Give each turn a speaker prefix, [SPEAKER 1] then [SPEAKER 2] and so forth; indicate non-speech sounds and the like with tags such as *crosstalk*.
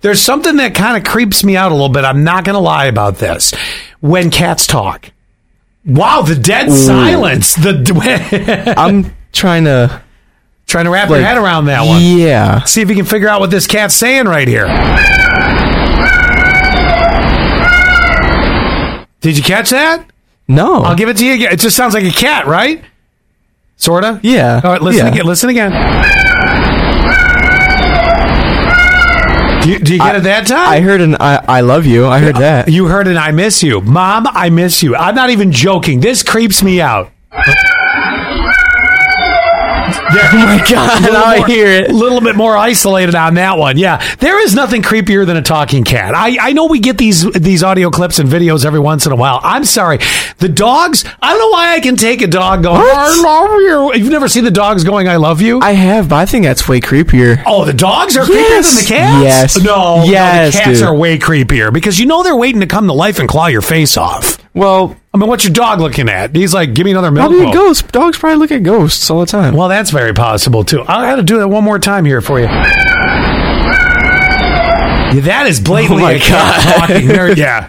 [SPEAKER 1] There's something that kind of creeps me out a little bit. I'm not going to lie about this. When cats talk. Wow, the dead silence. The
[SPEAKER 2] I'm trying to
[SPEAKER 1] *laughs* trying to wrap
[SPEAKER 2] like,
[SPEAKER 1] your head around that one.
[SPEAKER 2] Yeah.
[SPEAKER 1] See if you can figure out what this cat's saying right here. Did you catch that?
[SPEAKER 2] No.
[SPEAKER 1] I'll give it to you again. It just sounds like a cat, right? Sorta.
[SPEAKER 2] Yeah.
[SPEAKER 1] All right, listen
[SPEAKER 2] Yeah.
[SPEAKER 1] again. Listen again. Do you, do you get it that time?
[SPEAKER 2] I heard an I, I love you. I heard that.
[SPEAKER 1] You heard an I miss you. Mom, I miss you. I'm not even joking. This creeps me
[SPEAKER 2] *laughs*
[SPEAKER 1] out.
[SPEAKER 2] Oh my
[SPEAKER 1] *laughs*
[SPEAKER 2] god, I hear
[SPEAKER 1] A
[SPEAKER 2] it.
[SPEAKER 1] little bit more isolated on that one. Yeah. There is nothing creepier than a talking cat. I, I know we get these these audio clips and videos every once in a while. I'm sorry. The dogs, I don't know why I can take a dog going, I love you. You've never seen the dogs going, I love you?
[SPEAKER 2] I have, but I think that's way creepier.
[SPEAKER 1] Oh, the dogs are creepier
[SPEAKER 2] Yes.
[SPEAKER 1] than the cats?
[SPEAKER 2] Yes.
[SPEAKER 1] No, no,
[SPEAKER 2] Yes,
[SPEAKER 1] the cats
[SPEAKER 2] dude.
[SPEAKER 1] are way creepier because you know they're waiting to come to life and claw your face off.
[SPEAKER 2] Well,
[SPEAKER 1] I mean, what's your dog looking at? He's like, give me another milk.
[SPEAKER 2] probably a
[SPEAKER 1] bowl."
[SPEAKER 2] ghost. Dogs probably look at ghosts all the time.
[SPEAKER 1] Well, that's very possible too. I'll have to do that one more time here
[SPEAKER 2] *laughs*
[SPEAKER 1] for you. Yeah, that is blatantly
[SPEAKER 2] Oh my
[SPEAKER 1] a cat
[SPEAKER 2] Oh God.
[SPEAKER 1] talking. There- yeah.